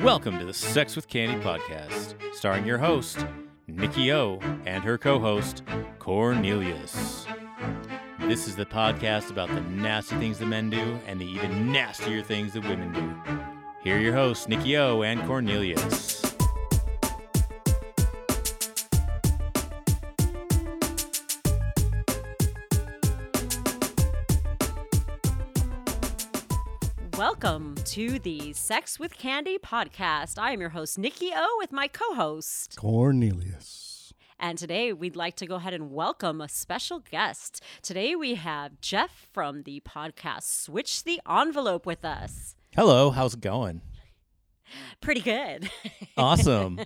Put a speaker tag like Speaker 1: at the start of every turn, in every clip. Speaker 1: Welcome to the Sex with Candy podcast, starring your host, Nikki O, and her co host, Cornelius. This is the podcast about the nasty things that men do and the even nastier things that women do. Here are your hosts, Nikki O and Cornelius.
Speaker 2: Welcome to the Sex with Candy podcast. I am your host, Nikki O, with my co host.
Speaker 3: Cornelius.
Speaker 2: And today we'd like to go ahead and welcome a special guest. Today we have Jeff from the podcast Switch the Envelope with us.
Speaker 1: Hello, how's it going?
Speaker 2: Pretty good.
Speaker 1: Awesome.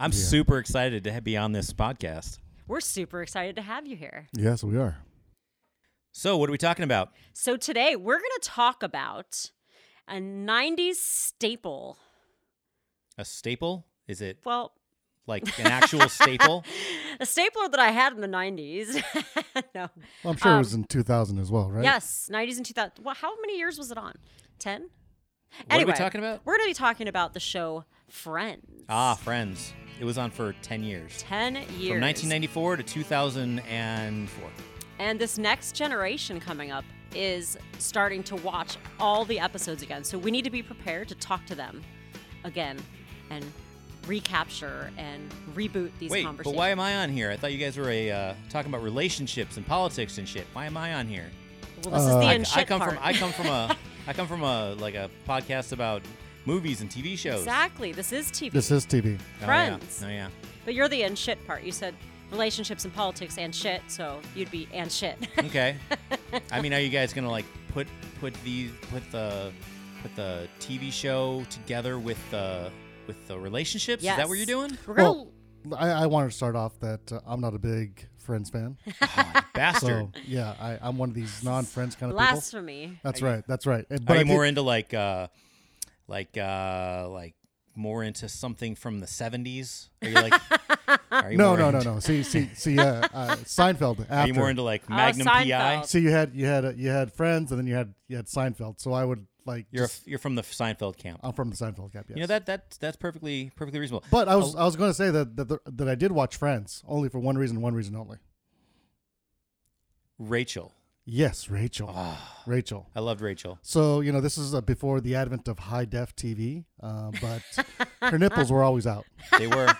Speaker 1: I'm super excited to be on this podcast.
Speaker 2: We're super excited to have you here.
Speaker 3: Yes, we are.
Speaker 1: So, what are we talking about?
Speaker 2: So today we're going to talk about a 90s staple.
Speaker 1: A staple? Is it
Speaker 2: Well,
Speaker 1: like an actual staple?
Speaker 2: a stapler that I had in the 90s. no.
Speaker 3: Well, I'm sure it was in 2000 as well, right?
Speaker 2: Yes, 90s and 2000. Well, how many years was it on? 10?
Speaker 1: What are we talking about?
Speaker 2: We're going to be talking about the show Friends.
Speaker 1: Ah, Friends. It was on for 10 years.
Speaker 2: 10 years.
Speaker 1: From 1994 to 2004.
Speaker 2: And this next generation coming up is starting to watch all the episodes again. So we need to be prepared to talk to them again and recapture and reboot these
Speaker 1: Wait, but
Speaker 2: conversations.
Speaker 1: why am I on here? I thought you guys were a, uh, talking about relationships and politics and shit. Why am I on here?
Speaker 2: well, this is
Speaker 3: Uh,
Speaker 2: the
Speaker 3: I-
Speaker 2: end
Speaker 1: I, I
Speaker 2: shit
Speaker 1: come
Speaker 2: part.
Speaker 1: from I come from a I come from a like a podcast about movies and TV shows.
Speaker 2: exactly. This is TV.
Speaker 3: This is TV.
Speaker 1: Oh,
Speaker 2: Friends.
Speaker 1: Yeah. Oh yeah.
Speaker 2: But you're the and shit part. You said relationships and politics and shit, so you'd be and shit.
Speaker 1: Okay. I mean, are you guys gonna like put put these put the put the TV show together with the with the relationships? Is that what you're
Speaker 2: Yes.
Speaker 1: doing?
Speaker 2: We're gonna
Speaker 3: Well, I, I wanted to start off that uh, I'm not a big Friends fan.
Speaker 1: Oh, you bastard.
Speaker 3: So, yeah, I, I'm one of these non Friends kind of people.
Speaker 2: blasphemy.
Speaker 3: That's right. That's right. And-
Speaker 1: Are
Speaker 3: I
Speaker 1: you more
Speaker 3: did-
Speaker 1: into like uh like uh like more into something from the seventies? Are you like are you
Speaker 3: no,
Speaker 1: more
Speaker 3: no,
Speaker 1: into,
Speaker 3: no, no. See, see, see. Uh, uh, Seinfeld. After.
Speaker 1: Are you more into like Magnum PI?
Speaker 2: Seinfeld.
Speaker 3: See, you had you had uh, you had Friends, and then you had you had Seinfeld. So I would like.
Speaker 1: You're a,
Speaker 3: just-
Speaker 1: you're from the Seinfeld camp.
Speaker 3: I'm from the Seinfeld camp. Yes.
Speaker 1: You know that Oh. that that's perfectly perfectly reasonable.
Speaker 3: But I was I was going to say that that, the, that I did watch Friends only for one reason, one reason only.
Speaker 1: Rachel,
Speaker 3: Yes, Rachel.
Speaker 1: Ah.
Speaker 3: Rachel.
Speaker 1: I loved Rachel.
Speaker 3: So you know, this is uh, before the advent of high def TV, uh, but her nipples were always out.
Speaker 1: They were,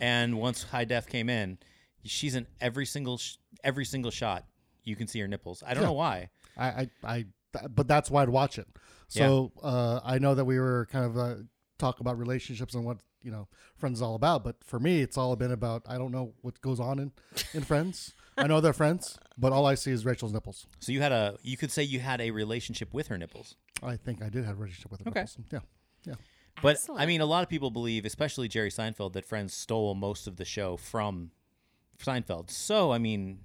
Speaker 1: and once high def came in, she's in every single sh- every single shot. You can see her nipples. I don't know why.
Speaker 3: I, I, I th- but that's why I'd watch it. So uh, I know that we were kind of uh, talk about relationships and what you know Friends is all about, but for me, it's all been about I don't know what goes on in in Friends. I know they're friends, but all I see is Rachel's nipples.
Speaker 1: So you had a you could say you had a relationship with her nipples.
Speaker 3: I think I did have a relationship with her
Speaker 1: Okay.
Speaker 3: nipples. Yeah, yeah.
Speaker 1: But I
Speaker 2: Excellent.
Speaker 1: mean, a lot of people believe, especially Jerry Seinfeld, that Friends stole most of the show from Seinfeld. So I mean,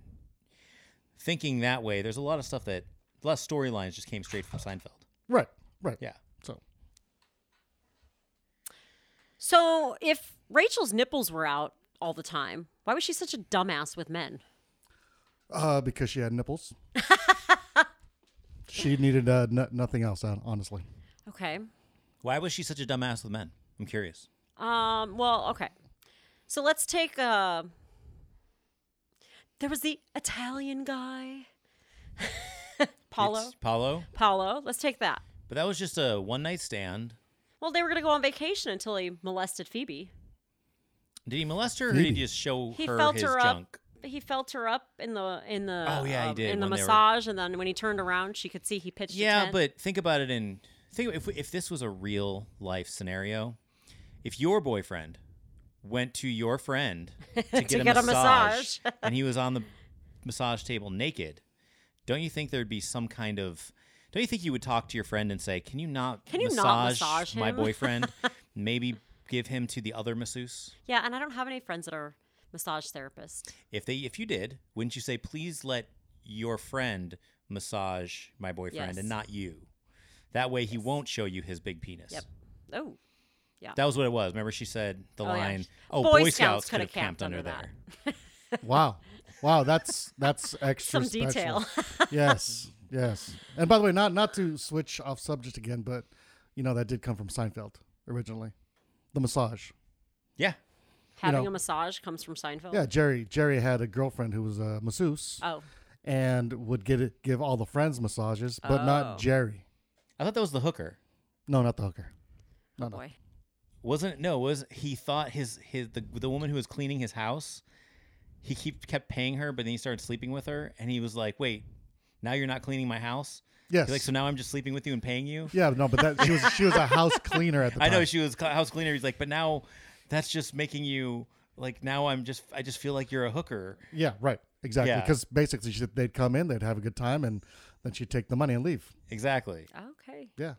Speaker 1: thinking that way, there's a lot of stuff that a lot of storylines just came straight from Seinfeld.
Speaker 3: Right, right.
Speaker 1: Yeah.
Speaker 3: So
Speaker 2: So if Rachel's nipples were out all the time, why was she such a dumbass with men?
Speaker 3: uh, because she had nipples. She needed uh, n- nothing else, hon- honestly.
Speaker 2: Okay.
Speaker 1: Why was she such a dumbass with men? I'm curious.
Speaker 2: Um, well, okay. So let's take uh there was the Italian guy. Paulo.
Speaker 1: It's Paulo.
Speaker 2: Paulo. Let's take that.
Speaker 1: But that was just a one night stand.
Speaker 2: Well, they were gonna go on vacation until he molested Phoebe.
Speaker 1: Did he molest her, or did he
Speaker 3: Maybe.
Speaker 1: just show
Speaker 2: He
Speaker 1: her
Speaker 2: felt
Speaker 1: his
Speaker 2: her up.
Speaker 1: junk?
Speaker 2: He felt her up in the in the
Speaker 1: Oh, yeah, he
Speaker 2: um,
Speaker 1: did
Speaker 2: in the
Speaker 1: when they were-
Speaker 2: massage, and then when he turned around, she could see he pitched. a
Speaker 1: Yeah,
Speaker 2: tent.
Speaker 1: but think about it in think if if this was a real life scenario, if your boyfriend went to your friend to get, a,
Speaker 2: get a
Speaker 1: massage,
Speaker 2: massage.
Speaker 1: and he was on the massage table naked, don't you think there'd be some kind of don't you think you would talk to your friend and say, "Can you not
Speaker 2: Can you
Speaker 1: massage,
Speaker 2: not massage
Speaker 1: my
Speaker 2: him?"
Speaker 1: boyfriend? Maybe give him to the other masseuse."
Speaker 2: Yeah, and I don't have any friends that are massage therapists.
Speaker 1: If they if you did, wouldn't you say please let your friend massage my boyfriend
Speaker 2: Yes.
Speaker 1: and not you? That way he won't show you his big penis.
Speaker 2: Yep. Oh,
Speaker 1: That was what it was. Remember she said the
Speaker 2: yeah.
Speaker 1: line, "Oh,
Speaker 2: Boy
Speaker 1: Boy, Scouts,
Speaker 2: Scouts
Speaker 1: could
Speaker 2: coulda
Speaker 1: have camped, under there."
Speaker 3: Wow. Wow, that's that's extra
Speaker 2: Some
Speaker 3: special. yes. Yes. And by the way, not not to switch off subject again, but you know that did come from Seinfeld originally. the massage.
Speaker 1: Yeah.
Speaker 2: Having
Speaker 3: know-
Speaker 2: a massage comes from Seinfeld.
Speaker 3: Yeah, Jerry. Jerry had a girlfriend who was a masseuse
Speaker 2: Oh,
Speaker 3: and would get it, give all the friends massages, but
Speaker 2: Oh.
Speaker 3: not Jerry.
Speaker 1: I thought that was the hooker.
Speaker 3: No, not the hooker.
Speaker 2: oh
Speaker 3: No, no.
Speaker 2: boy.
Speaker 1: Wasn't it? No, was he thought his his the, the woman who was cleaning his house, he keep kept paying her, but then he started sleeping with her, and he was like, "Wait, now you're not cleaning my house." He's
Speaker 3: Yes.
Speaker 1: like, so now I'm just sleeping with you and paying you.
Speaker 3: yeah, no, but that she was she was a house cleaner at the
Speaker 1: I
Speaker 3: time.
Speaker 1: know she was cl- house cleaner. He's like, but now that's just making you like now I'm just I just feel like you're a hooker.
Speaker 3: Yeah, right. Exactly.
Speaker 1: Yeah.
Speaker 3: Because basically, she, they'd come in, they'd have a good time, and then she'd take the money and leave.
Speaker 1: Exactly.
Speaker 2: Okay.
Speaker 3: Yeah.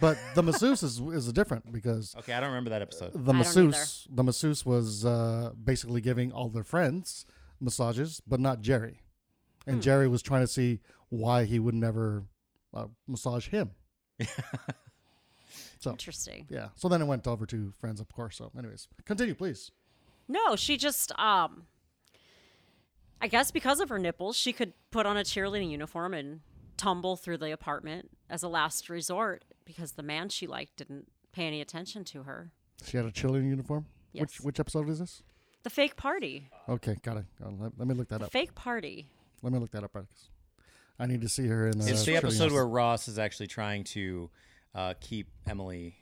Speaker 3: But the masseuse is, is different because
Speaker 1: Okay, I don't remember that episode.
Speaker 3: the
Speaker 2: I don't either.
Speaker 3: masseuse the masseuse was uh, basically giving all their friends massages, but not Jerry. And
Speaker 1: Hmm.
Speaker 3: Jerry was trying to see why he would never uh, massage him. so
Speaker 2: Interesting.
Speaker 3: yeah. So then it went over to friends, of course. So, anyways, continue, please.
Speaker 2: No, she just um I guess because of her nipples, she could put on a cheerleading uniform and tumble through the apartment as a last resort because the man she liked didn't pay any attention to her.
Speaker 3: She had a cheerleading uniform. Which
Speaker 2: Yes.
Speaker 3: which episode is this?
Speaker 2: The fake party.
Speaker 3: Okay, got it. Uh, Let, let me look that
Speaker 2: The
Speaker 3: up.
Speaker 2: fake party.
Speaker 3: Let me look that up, right? 'cause I need to see her in. Uh,
Speaker 1: It's the
Speaker 3: cheerleading
Speaker 1: episode where
Speaker 3: uniform.
Speaker 1: Ross is actually trying to uh, keep Emily.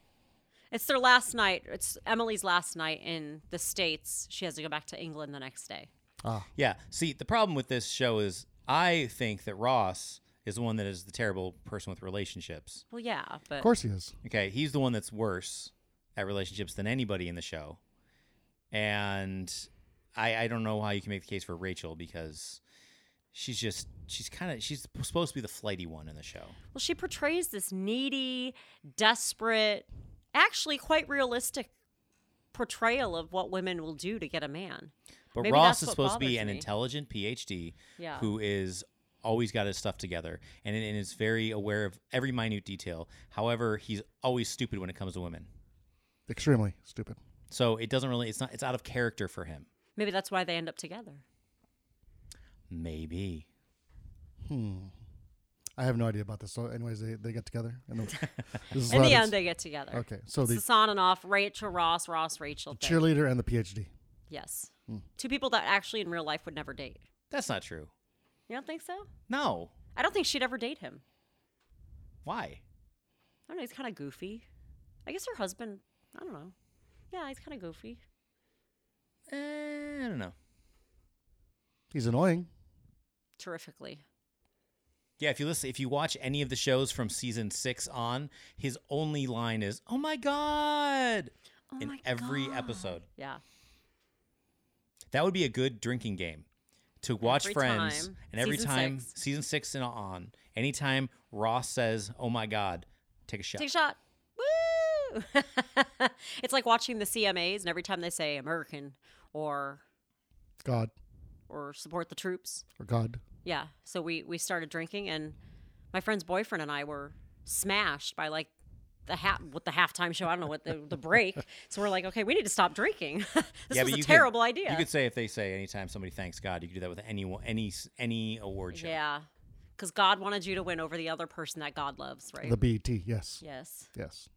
Speaker 2: It's their last night. It's Emily's last night in the States. She has to go back to England the next day.
Speaker 3: ah,
Speaker 1: Yeah. See, the problem with this show is I think that Ross is the one that is the terrible person with relationships.
Speaker 2: Well, yeah, but
Speaker 3: of course he is.
Speaker 1: Okay, he's the one that's worse at relationships than anybody in the show. And I, I don't know how you can make the case for Rachel because she's just she's kind of she's supposed to be the flighty one in the show.
Speaker 2: well, she portrays this needy, desperate, actually quite realistic portrayal of what women will do to get a man.
Speaker 1: But
Speaker 2: Maybe
Speaker 1: Ross
Speaker 2: that's
Speaker 1: is
Speaker 2: what
Speaker 1: supposed to be
Speaker 2: bothers
Speaker 1: an
Speaker 2: me.
Speaker 1: intelligent PhD
Speaker 2: Yeah.
Speaker 1: who is always got his stuff together and, and is very aware of every minute detail. However, he's always stupid when it comes to women.
Speaker 3: Extremely stupid.
Speaker 1: So it doesn't really it's not it's out of character for him.
Speaker 2: Maybe that's why they end up together.
Speaker 1: Maybe.
Speaker 3: I have no idea about this. So, anyways, they, they get together. And then, this is
Speaker 2: In
Speaker 3: what
Speaker 2: the
Speaker 3: happens.
Speaker 2: end, they get together.
Speaker 3: Okay, so
Speaker 2: It's
Speaker 3: the-
Speaker 2: this on and off Rachel Ross, Ross Rachel. thing.
Speaker 3: cheerleader and the PhD.
Speaker 2: Yes,
Speaker 3: Hmm.
Speaker 2: two people that actually in real life would never date.
Speaker 1: That's not true.
Speaker 2: You don't think so?
Speaker 1: No.
Speaker 2: I don't think she'd ever date him.
Speaker 1: Why?
Speaker 2: I don't know. He's kind of goofy. I guess her husband. I don't know. Yeah, he's kind of goofy.
Speaker 1: Eh, I don't know.
Speaker 3: He's annoying.
Speaker 2: Terrifically.
Speaker 1: Yeah, if you listen, if you watch any of the shows from season six on, his only line is "Oh my god"
Speaker 2: Oh
Speaker 1: in
Speaker 2: my
Speaker 1: every
Speaker 2: God.
Speaker 1: episode.
Speaker 2: Yeah.
Speaker 1: That would be a good drinking game to watch
Speaker 2: Every
Speaker 1: Friends,
Speaker 2: time.
Speaker 1: and every
Speaker 2: Season
Speaker 1: time
Speaker 2: six.
Speaker 1: season six and on, anytime Ross says "Oh my god," take a shot.
Speaker 2: Take a shot. Woo! it's like watching the CMAs, and every time they say American or
Speaker 3: God
Speaker 2: or support the troops,
Speaker 3: or God.
Speaker 2: Yeah. So we we started drinking, and my friend's boyfriend and I were smashed by like the half with the halftime show. I don't know what the, the break. So we're like, okay, we need to stop drinking. this
Speaker 1: yeah,
Speaker 2: was
Speaker 1: but
Speaker 2: a
Speaker 1: you could-
Speaker 2: terrible idea.
Speaker 1: You could say if they say anytime somebody thanks God, you could do that with any any any award show.
Speaker 2: yeah, because God wanted you to win over the other person that God loves, right?
Speaker 3: The BET. Yes.
Speaker 2: yes.
Speaker 3: Yes.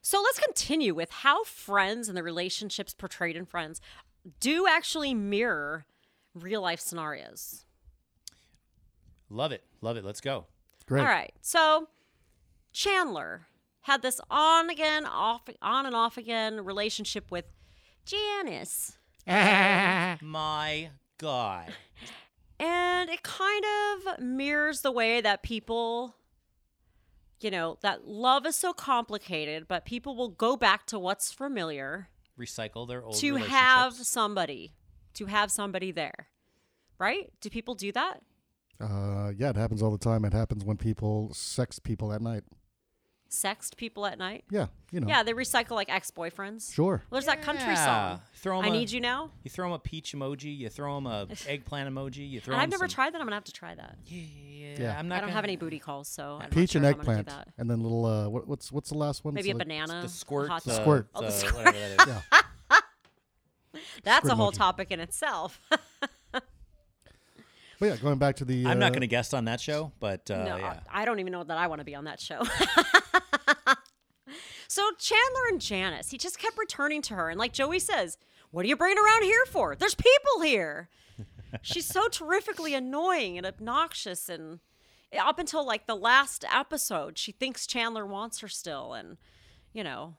Speaker 2: So let's continue with how friends and the relationships portrayed in Friends do actually mirror real life scenarios.
Speaker 1: Love it, love it. Let's go.
Speaker 3: Great.
Speaker 2: All right. So Chandler had this on again, off on and off again relationship with Janice.
Speaker 1: My God.
Speaker 2: And it kind of mirrors the way that people you know, that love is so complicated, but people will go back to what's familiar
Speaker 1: Recycle their old
Speaker 2: to
Speaker 1: relationships.
Speaker 2: have somebody, to have somebody there. Right? Do people do that?
Speaker 3: Uh, yeah, it happens all the time. It happens when people sex people at night.
Speaker 2: Sexed people at night?
Speaker 3: Yeah. You know.
Speaker 2: Yeah, they recycle like ex-boyfriends.
Speaker 3: Sure.
Speaker 2: Well, there's that country
Speaker 1: Yeah.
Speaker 2: song.
Speaker 1: Throw 'em
Speaker 2: I
Speaker 1: a-
Speaker 2: need you now.
Speaker 1: You throw them a peach emoji. You throw them a eggplant emoji. You throw.
Speaker 2: And I've
Speaker 1: 'em
Speaker 2: never
Speaker 1: some-
Speaker 2: tried that. I'm gonna have to try that.
Speaker 1: Yeah, yeah, yeah.
Speaker 3: Yeah.
Speaker 1: I'm not
Speaker 2: I don't
Speaker 1: gonna-
Speaker 2: have any booty calls, so I'm not
Speaker 3: Peach
Speaker 2: sure
Speaker 3: and
Speaker 2: how I'm gonna do
Speaker 3: eggplant,
Speaker 2: that.
Speaker 3: and then little. Uh, what, what's what's the last one?
Speaker 2: Maybe a
Speaker 3: It's like-
Speaker 2: banana.
Speaker 1: The
Speaker 2: a
Speaker 1: squirt.
Speaker 2: hot
Speaker 1: uh, the,
Speaker 2: dog.
Speaker 3: Squirt.
Speaker 2: Oh, the
Speaker 1: whatever that is.
Speaker 2: That's a
Speaker 3: squirt
Speaker 2: whole
Speaker 3: emoji.
Speaker 2: topic in itself.
Speaker 3: But yeah, going back to the.
Speaker 1: I'm
Speaker 3: uh,
Speaker 1: not going to guest on that show, but uh,
Speaker 2: no,
Speaker 1: yeah.
Speaker 2: I I don't even know that I want to be on that show. So Chandler and Janice, he just kept returning to her. And like Joey says, what are you bringing around here for? There's people here. She's so terrifically annoying and obnoxious. And up until like the last episode, she thinks Chandler wants her still. And, you know,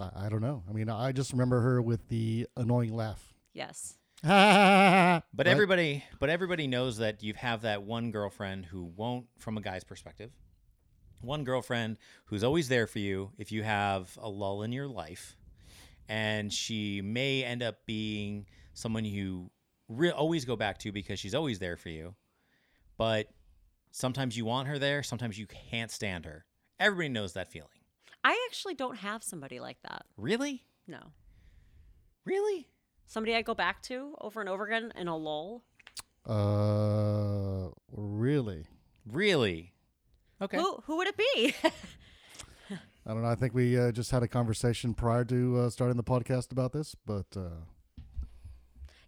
Speaker 3: I, I don't know. I mean, I just remember her with the annoying laugh.
Speaker 2: yes.
Speaker 3: but
Speaker 1: But everybody, but everybody knows that you have that one girlfriend who won't, from a guy's perspective, one girlfriend who's always there for you if you have a lull in your life, and she may end up being someone you re- always go back to because she's always there for you. But sometimes you want her there, sometimes you can't stand her. Everybody knows that feeling.
Speaker 2: I actually don't have somebody like that.
Speaker 1: Really,
Speaker 2: No.
Speaker 1: really.
Speaker 2: Somebody I go back to over and over again in a lull.
Speaker 3: Uh, really?
Speaker 1: Really? Okay.
Speaker 2: Who, who would it be?
Speaker 3: I don't know. I think we uh, just had a conversation prior to uh, starting the podcast about this, but uh,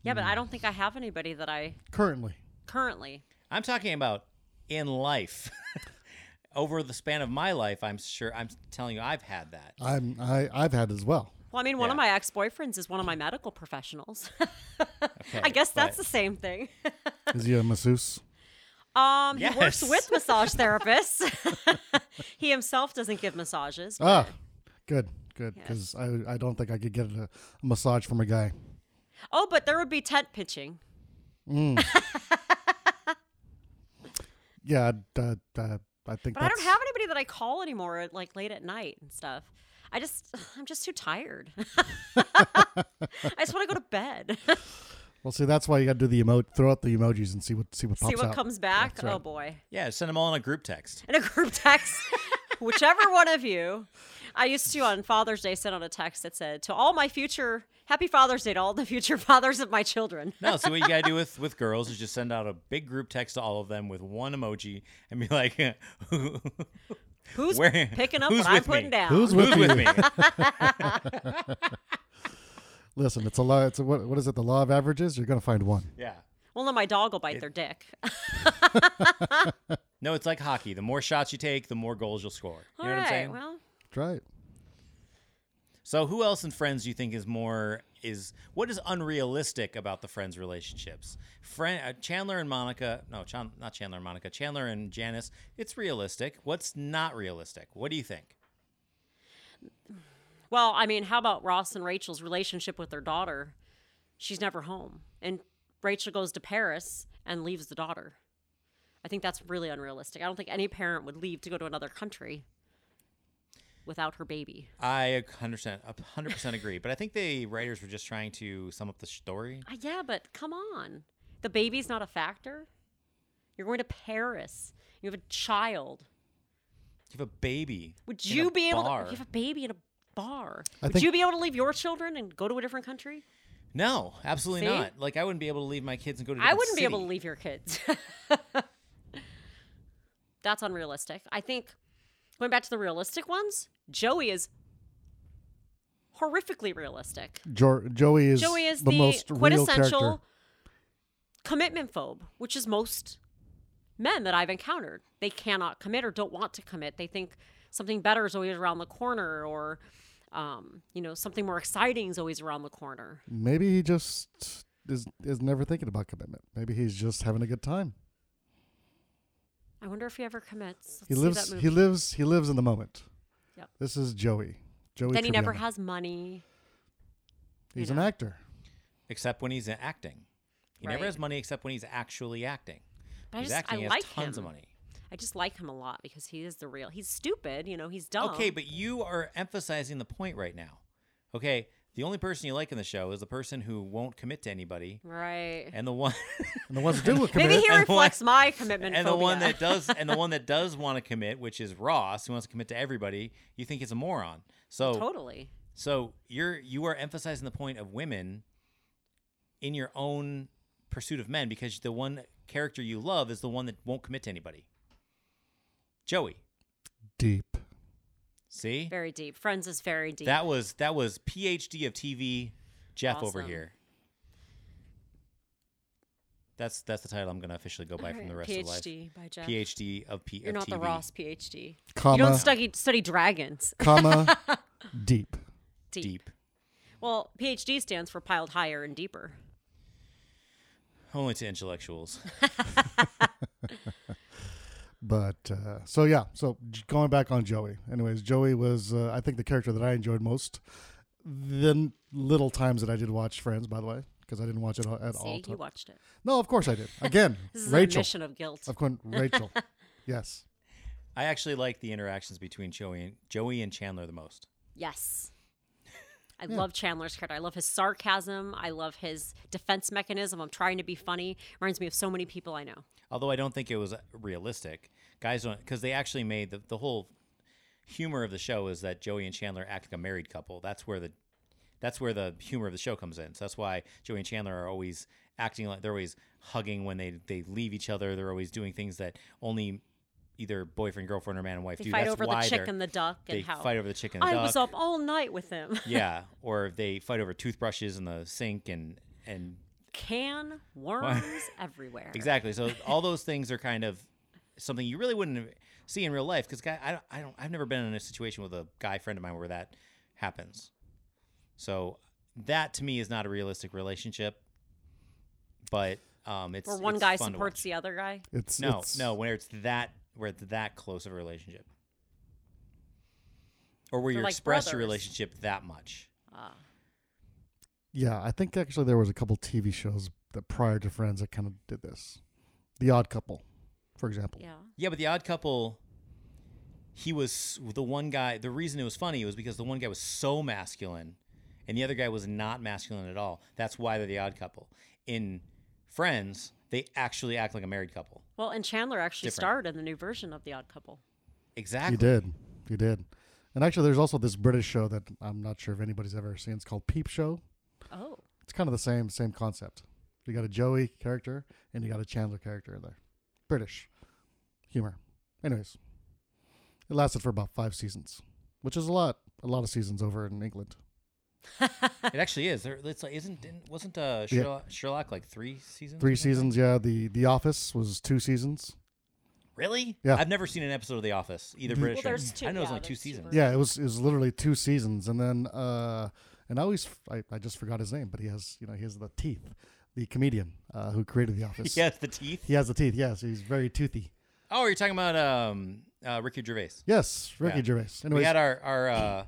Speaker 2: yeah,
Speaker 1: Hmm.
Speaker 2: but I don't think I have anybody that I
Speaker 3: currently,
Speaker 2: currently.
Speaker 1: I'm talking about in life. Over the span of my life, I'm sure I'm telling you I've had that.
Speaker 3: I'm I, I've had as well.
Speaker 2: Well, I mean, one of
Speaker 1: Yeah.
Speaker 2: my ex boyfriends is one of my medical professionals. I guess that's the same thing.
Speaker 3: Is he a masseuse?
Speaker 2: Um, He works
Speaker 1: Yes.
Speaker 2: with massage therapists. he himself doesn't give massages.
Speaker 3: Ah, good, good. Because I I don't think I could get a, a massage from a guy.
Speaker 2: Oh, but there would be tent pitching.
Speaker 3: Yeah, I'd- uh, uh, I think.
Speaker 2: But I
Speaker 3: that's,
Speaker 2: don't have anybody that I call anymore, at, like late at night and stuff. I just, I'm just too tired. I just want to go to bed,
Speaker 3: Well, see, that's why you got to do the emo. Throw out the emojis and see what see what pops
Speaker 2: see what
Speaker 3: out.
Speaker 2: comes back.
Speaker 3: That's right.
Speaker 2: Oh boy.
Speaker 1: Yeah, send them all in a group text.
Speaker 2: in a group text, whichever one of you. I used to on Father's Day send out a text that said, "To all my future, Happy Father's Day to all the future fathers of my children."
Speaker 1: No, see what you gotta do with with girls is just send out a big group text to all of them with one emoji and be like, "Who-
Speaker 2: Who's
Speaker 1: Where-
Speaker 2: picking up
Speaker 1: who's
Speaker 2: what I'm
Speaker 1: with me?
Speaker 2: putting down?
Speaker 3: Who's with
Speaker 1: "Who's
Speaker 3: you?
Speaker 1: with me?"
Speaker 3: Listen, it's a law. It's a, what what is it? The law of averages. You're gonna find one.
Speaker 1: Yeah.
Speaker 2: well, no, my dog will bite their dick.
Speaker 1: No, it's like hockey. The more shots you take, the more goals you'll score. You
Speaker 2: All
Speaker 1: know what I'm
Speaker 2: right,
Speaker 1: saying?
Speaker 2: well,
Speaker 3: Try it.
Speaker 1: so, who else in Friends do you think is more is what is unrealistic about the Friends relationships? Friend uh, Chandler and Monica, no, Chan, not Chandler and Monica, Chandler and Janice. It's realistic. What's not realistic? What do you think?
Speaker 2: well, I mean, how about Ross and Rachel's relationship with their daughter? She's never home, and Rachel goes to Paris and leaves the daughter. I think that's really unrealistic. I don't think any parent would leave to go to another country without her baby.
Speaker 1: I 100% 100% agree, but I think the writers were just trying to sum up the story.
Speaker 2: Uh, yeah, but come on. The baby's not a factor. You're going to Paris. You have a child.
Speaker 1: You have a baby.
Speaker 2: Would
Speaker 1: in a
Speaker 2: you be able
Speaker 1: bar.
Speaker 2: to you have a baby in a bar?
Speaker 3: I
Speaker 2: Would
Speaker 3: think-
Speaker 2: you be able to leave your children and go to a different country?
Speaker 1: No, absolutely
Speaker 2: See?
Speaker 1: not. Like I wouldn't be able to leave my kids and go to.
Speaker 2: I
Speaker 1: different
Speaker 2: wouldn't be able to
Speaker 1: city.
Speaker 2: leave your kids. That's unrealistic. I think going back to the realistic ones, Joey is horrifically realistic.
Speaker 3: Jo- Joey is
Speaker 2: Joey is
Speaker 3: the,
Speaker 2: the,
Speaker 3: most real character.
Speaker 2: quintessential commitment phobe, which is most men that I've encountered. They cannot commit or don't want to commit. They think something better is always around the corner, or um, you know, something more exciting is always around the corner.
Speaker 3: Maybe he just is is never thinking about commitment. Maybe he's just having a good time.
Speaker 2: I wonder if he ever commits. Let's
Speaker 3: He
Speaker 2: see
Speaker 3: lives.
Speaker 2: that
Speaker 3: He
Speaker 2: movie.
Speaker 3: lives. He lives in the moment.
Speaker 2: Yep.
Speaker 3: This is Joey. Joey.
Speaker 2: Then he never
Speaker 3: Tribbiani.
Speaker 2: has money.
Speaker 3: He's
Speaker 2: you
Speaker 3: an
Speaker 2: know.
Speaker 3: actor.
Speaker 1: except when he's acting. He never
Speaker 2: Right.
Speaker 1: has money except when he's actually acting.
Speaker 2: But I
Speaker 1: he's
Speaker 2: just- I
Speaker 1: acting, he
Speaker 2: like
Speaker 1: has tons
Speaker 2: him.
Speaker 1: of money.
Speaker 2: I just like him a lot because he is the real. He's stupid, you know. He's dumb.
Speaker 1: Okay, but you are emphasizing the point right now. Okay, the only person you like in the show is the person who won't commit to anybody,
Speaker 2: right.
Speaker 1: and the one,
Speaker 3: And the ones that do commit.
Speaker 2: Maybe he
Speaker 1: and the
Speaker 2: reflects my commitment
Speaker 1: and the one
Speaker 2: phobia.
Speaker 1: that does, and the one that does want to commit, which is Ross, who wants to commit to everybody. You think it's a moron. So
Speaker 2: totally.
Speaker 1: So you're you are emphasizing the point of women in your own pursuit of men because the one character you love is the one that won't commit to anybody. Joey,
Speaker 3: deep.
Speaker 1: see
Speaker 2: Very deep. Friends is very deep.
Speaker 1: that was that was PhD of TV, Jeff over
Speaker 2: Awesome.
Speaker 1: here. That's that's the title I'm gonna officially go by from the rest
Speaker 2: PhD
Speaker 1: of life.
Speaker 2: by Jeff.
Speaker 1: PhD of P.
Speaker 2: You're
Speaker 1: of
Speaker 2: not the
Speaker 1: TV.
Speaker 2: Ross PhD.
Speaker 3: comma,
Speaker 2: You don't study study dragons.
Speaker 3: comma, deep.
Speaker 2: Deep.
Speaker 1: Deep.
Speaker 2: Well, PhD stands for piled higher and deeper.
Speaker 1: Only to intellectuals.
Speaker 3: But uh, so yeah, so j- going back on Joey. Anyways, Joey was uh, I think the character that I enjoyed most. The n- little times that I did watch Friends, by the way, because I didn't watch it all- at all.
Speaker 2: See,
Speaker 3: ti-
Speaker 2: you watched it.
Speaker 3: No, of course I did. Again,
Speaker 2: This is an
Speaker 3: Rachel.
Speaker 2: admission of guilt.
Speaker 3: Of course, Rachel. yes,
Speaker 1: I actually like the interactions between Joey and Joey and Chandler the most.
Speaker 2: Yes. I love Chandler's character. I love his sarcasm. I love his defense mechanism. I'm trying to be funny. Reminds me of so many people I know.
Speaker 1: Although I don't think it was realistic. Guys don't because they actually made the, the whole humor of the show is that Joey and Chandler act like a married couple. That's where the that's where the humor of the show comes in. So that's why Joey and Chandler are always acting like they're always hugging when they, they leave each other. They're always doing things that only either boyfriend, girlfriend, or man and wife
Speaker 2: They
Speaker 1: do.
Speaker 2: fight
Speaker 1: that's
Speaker 2: over the
Speaker 1: why
Speaker 2: chick
Speaker 1: they're-
Speaker 2: and the duck
Speaker 1: they
Speaker 2: and how
Speaker 1: fight over the chicken. And
Speaker 2: I
Speaker 1: the duck.
Speaker 2: was up all night with him.
Speaker 1: yeah, or they fight over toothbrushes in the sink and and
Speaker 2: Can worms everywhere.
Speaker 1: exactly. So all those things are kind of something you really wouldn't see in real life because I don't, I don't I've never been in a situation with a guy friend of mine where that happens. So that to me is not a realistic relationship, but um, it's
Speaker 2: Where one
Speaker 1: it's
Speaker 2: guy
Speaker 1: fun to
Speaker 2: supports
Speaker 1: watch.
Speaker 2: the other guy.
Speaker 3: it's
Speaker 1: No,
Speaker 3: it's-
Speaker 1: no, where it's that where it's that close of a relationship, or where
Speaker 2: They're
Speaker 1: you
Speaker 2: like
Speaker 1: express your
Speaker 2: brothers.
Speaker 1: relationship that much.
Speaker 2: Ah.
Speaker 3: Yeah, I think actually there was a couple TV shows that prior to Friends that kind of did this. The Odd Couple, for example.
Speaker 2: yeah.
Speaker 1: Yeah, but the Odd Couple, he was the one guy. The reason it was funny was because the one guy was so masculine, and the other guy was not masculine at all. That's why they're the Odd Couple. In Friends, they actually act like a married couple.
Speaker 2: Well, and Chandler actually
Speaker 1: Different.
Speaker 2: starred in the new version of The Odd Couple.
Speaker 1: Exactly.
Speaker 3: You did. You did. And actually, there's also this British show that I'm not sure if anybody's ever seen. It's called Peep Show.
Speaker 2: Oh.
Speaker 3: It's kind of the same same concept. You got a Joey character and you got a Chandler character in there. British humor. Anyways, it lasted for about five seasons, which is a lot. A lot of seasons over in England.
Speaker 1: It actually is. There, it's like isn't didn't, wasn't uh, Sherlock, Sherlock like three seasons?
Speaker 3: Three
Speaker 1: or something?
Speaker 3: seasons, yeah. The The Office was two seasons.
Speaker 1: Really?
Speaker 3: Yeah. Mm-hmm.
Speaker 1: I've never seen an episode of The Office either. British. or-
Speaker 2: there's two-
Speaker 1: I know it's
Speaker 2: yeah,
Speaker 1: only two
Speaker 2: there's two
Speaker 1: seasons.
Speaker 2: versions.
Speaker 3: Yeah, it was it was literally two seasons, and then uh, and I always I, I just forgot his name, but he has you know he has the teeth, the comedian uh, who created The Office.
Speaker 1: Yes, the teeth.
Speaker 3: he has the teeth. Yes, he's very toothy.
Speaker 1: Oh, you're talking about um, uh, Ricky Gervais.
Speaker 3: Yes, Ricky
Speaker 1: Yeah.
Speaker 3: Gervais.
Speaker 1: we
Speaker 3: Anyways,
Speaker 1: had our our uh,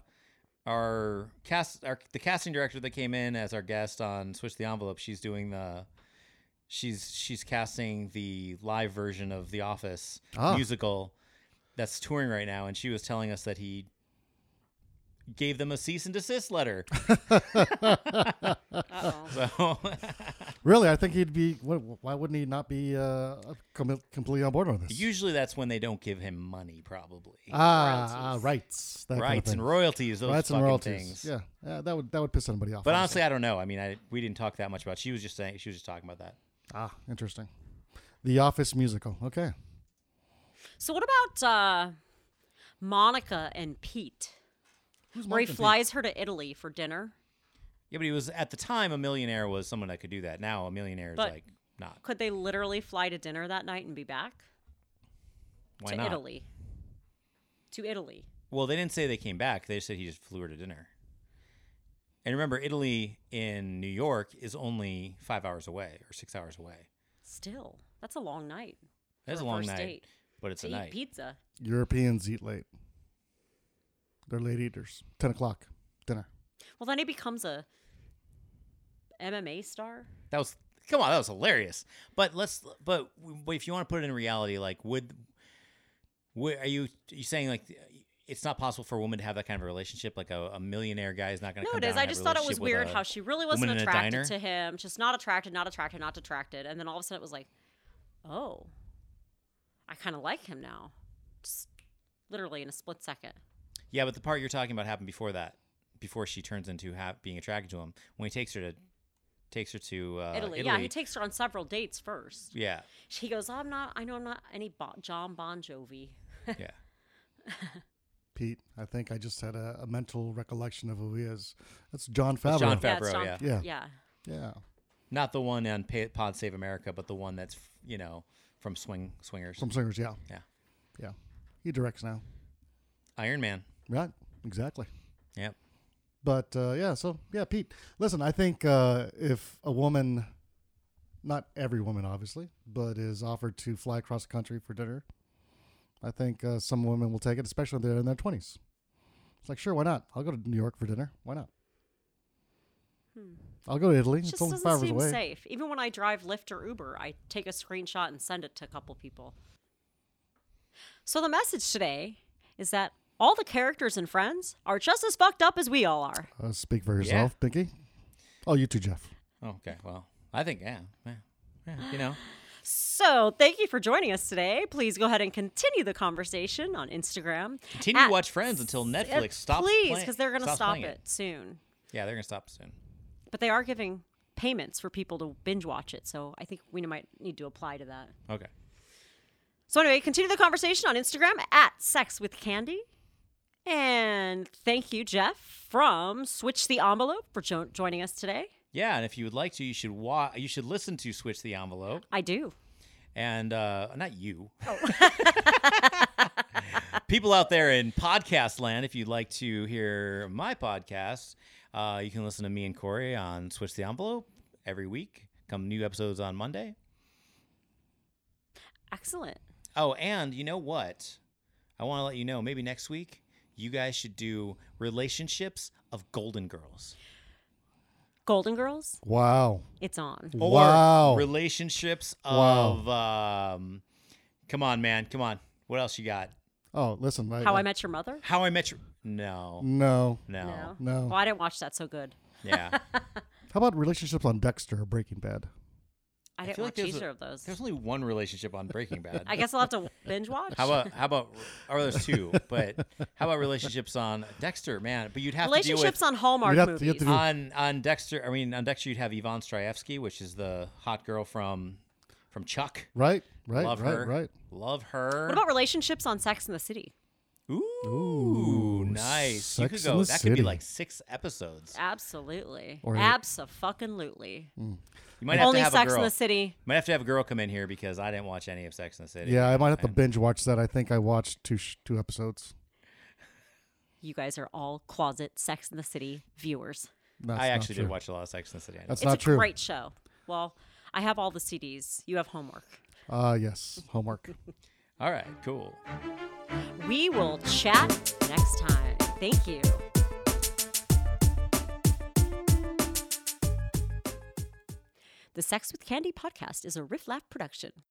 Speaker 1: our cast our the casting director that came in as our guest on Switch the Envelope. She's doing the she's she's casting the live version of The Office
Speaker 3: Ah.
Speaker 1: musical that's touring right now, and she was telling us that he gave them a cease and desist letter.
Speaker 2: Uh-oh.
Speaker 1: So
Speaker 3: really, I think he'd be. Why why wouldn't he not be uh, com- completely on board on this?
Speaker 1: usually that's when they don't give him money, probably.
Speaker 3: ah, ah, rights, that kind of
Speaker 1: Rights
Speaker 3: thing.
Speaker 1: and royalties, those
Speaker 3: rights and
Speaker 1: fucking
Speaker 3: royalties.
Speaker 1: things.
Speaker 3: Yeah, yeah, that would that would piss anybody off.
Speaker 1: But honestly, I don't know. I mean, I, we didn't talk that much about. She was just saying she was just talking about that.
Speaker 3: ah, interesting. The Office musical. Okay,
Speaker 2: So what about uh, Monica and Pete?
Speaker 3: Who's
Speaker 2: Where he
Speaker 3: Monica Pete?
Speaker 2: flies her to Italy for dinner.
Speaker 1: Yeah, but he was at the time a millionaire was someone that could do that. Now a millionaire is
Speaker 2: But-
Speaker 1: like not.
Speaker 2: Could they literally fly to dinner that night and be back
Speaker 1: Why
Speaker 2: to
Speaker 1: not?
Speaker 2: Italy? To Italy.
Speaker 1: Well, they didn't say they came back. They said he just flew her to dinner. And remember, Italy in New York is only five hours away or six hours away.
Speaker 2: Still, that's a long night.
Speaker 1: That's
Speaker 2: for
Speaker 1: a long
Speaker 2: first
Speaker 1: night,
Speaker 2: date
Speaker 1: but it's
Speaker 2: to
Speaker 1: a
Speaker 2: eat
Speaker 1: night.
Speaker 2: pizza.
Speaker 3: Europeans eat late. They're late eaters. Ten o'clock dinner.
Speaker 2: Well, then he becomes a MMA star.
Speaker 1: That was come on, that was hilarious. But let's but but if you want to put it in reality, like would, would are you are you saying like it's not possible for a woman to have that kind of a relationship? Like a, a millionaire guy is not going to.
Speaker 2: No,
Speaker 1: come
Speaker 2: it is.
Speaker 1: down and
Speaker 2: I
Speaker 1: have a
Speaker 2: just thought it was
Speaker 1: relationship with
Speaker 2: weird
Speaker 1: a-
Speaker 2: how she really
Speaker 1: woman
Speaker 2: wasn't
Speaker 1: in a diner?
Speaker 2: attracted to him. Just not attracted, not attracted, not attracted. And then all of a sudden it was like, oh, I kind of like him now. Just literally in a split second.
Speaker 1: Yeah, but the part you're talking about happened before that, before she turns into ha- being attracted to him when he takes her to takes her to uh, Italy.
Speaker 2: Italy. Yeah, he takes her on several dates first.
Speaker 1: yeah,
Speaker 2: She goes, I'm not, I know I'm not any Bo- John Bon Jovi.
Speaker 1: yeah.
Speaker 3: Pete, I think I just had a, a mental recollection of who he is. That's John Favreau.
Speaker 1: John Favreau.
Speaker 2: it's
Speaker 1: yeah.
Speaker 2: John-
Speaker 3: Yeah.
Speaker 2: Yeah.
Speaker 3: Yeah.
Speaker 1: Not the one on Pa- Pod Save America, but the one that's you know from Swing Swingers.
Speaker 3: From Singers, yeah.
Speaker 1: Yeah.
Speaker 3: Yeah. He directs now.
Speaker 1: Iron Man.
Speaker 3: Right. Exactly.
Speaker 1: Yep.
Speaker 3: But uh, yeah, so yeah, Pete. Listen, I think uh, if a woman, not every woman obviously, but is offered to fly across the country for dinner, I think uh, some women will take it, especially if they're in their twenties. It's like, sure, why not? I'll go to New York for dinner. Why not? I'll go to Italy.
Speaker 2: Hmm. It
Speaker 3: It's,
Speaker 2: just
Speaker 3: only five
Speaker 2: doesn't
Speaker 3: hours
Speaker 2: seem
Speaker 3: away.
Speaker 2: safe. Even when I drive Lyft or Uber, I take a screenshot and send it to a couple people. So the message today is that all the characters in Friends are just as fucked up as we all are.
Speaker 3: Uh, speak for
Speaker 1: Yeah.
Speaker 3: yourself, Pinky. Oh, you too, Jeff.
Speaker 1: Okay. Well, I think yeah, yeah, yeah you know.
Speaker 2: So thank you for joining us today. Please go ahead and continue the conversation on Instagram.
Speaker 1: Continue to
Speaker 2: At-
Speaker 1: watch Friends until
Speaker 2: Uh,
Speaker 1: Netflix stops.
Speaker 2: Please,
Speaker 1: play-
Speaker 2: because they're going to
Speaker 1: stops
Speaker 2: stop it,
Speaker 1: playing
Speaker 2: soon.
Speaker 1: Yeah, they're gonna stop soon.
Speaker 2: But they are giving payments for people to binge watch it. So I think we might need to apply to that.
Speaker 1: Okay.
Speaker 2: So anyway, continue the conversation on Instagram at Sex with Candy. And thank you, Jeff, from Switch the Envelope for jo- joining us today.
Speaker 1: Yeah, and if you would like to, you should wa- You should listen to Switch the Envelope.
Speaker 2: I do.
Speaker 1: and uh, not you. People out there in podcast land, if you'd like to hear my podcast, uh, you can listen to me and Corey on Switch the Envelope every week. Come new episodes on Monday.
Speaker 2: Excellent.
Speaker 1: Oh, and you know what? I want to let you know maybe next week you guys should do relationships of Golden Girls
Speaker 2: Golden Girls,
Speaker 3: Wow.
Speaker 2: it's on.
Speaker 3: wow.
Speaker 1: relationships
Speaker 3: Wow.
Speaker 1: of. Um, come on, man. Come on. What else you got?
Speaker 3: oh, listen. I,
Speaker 2: How
Speaker 3: I-
Speaker 2: I Met Your Mother?
Speaker 1: How I Met Your. No.
Speaker 3: No.
Speaker 1: No.
Speaker 3: Oh, No.
Speaker 2: Well, I didn't watch that so good.
Speaker 1: Yeah.
Speaker 3: How about relationships on Dexter or Breaking Bad?
Speaker 2: I didn't
Speaker 1: feel
Speaker 2: watch
Speaker 1: like there's
Speaker 2: either
Speaker 1: a-
Speaker 2: of those.
Speaker 1: There's only one relationship on Breaking Bad.
Speaker 2: I guess I'll have to binge watch.
Speaker 1: How about how about or there's two, but how about relationships on Dexter, man? But you'd have to deal
Speaker 2: relationships
Speaker 1: with
Speaker 2: on Hallmark
Speaker 3: You'd have to- you
Speaker 2: movies?
Speaker 3: have to
Speaker 1: on
Speaker 3: do-
Speaker 1: on Dexter. I mean, on Dexter, you'd have Yvonne Straevski, which is the hot girl from from Chuck.
Speaker 3: Right. Right.
Speaker 1: Love
Speaker 3: right.
Speaker 1: her.
Speaker 3: Right.
Speaker 1: Love her.
Speaker 2: what about relationships on Sex in the City?
Speaker 1: Ooh,
Speaker 3: Ooh,
Speaker 1: nice. you could
Speaker 3: Sex and
Speaker 1: go.
Speaker 3: the
Speaker 1: That could be
Speaker 3: City.
Speaker 1: like six episodes.
Speaker 2: Absolutely.
Speaker 3: Or-
Speaker 2: Absolutely.
Speaker 1: You might have
Speaker 2: Only
Speaker 1: to have
Speaker 2: Sex
Speaker 1: a
Speaker 2: in
Speaker 1: girl.
Speaker 2: the City.
Speaker 1: Might have to have a girl come in here because I didn't watch any of Sex in the City.
Speaker 3: Yeah, I might have to binge watch that. I think I watched two sh- two episodes.
Speaker 2: You guys are all closet Sex in the City viewers.
Speaker 3: That's
Speaker 1: I
Speaker 3: not
Speaker 1: actually
Speaker 3: true.
Speaker 1: did watch a lot of Sex in the City. I know.
Speaker 3: That's
Speaker 2: It's
Speaker 3: not
Speaker 2: a
Speaker 3: true.
Speaker 2: great show. Well, I have all the CDs. You have homework.
Speaker 3: Uh yes, homework.
Speaker 1: All right, cool.
Speaker 2: We will chat next time. Thank you. The Sex with Candy podcast is a Riff Laugh production.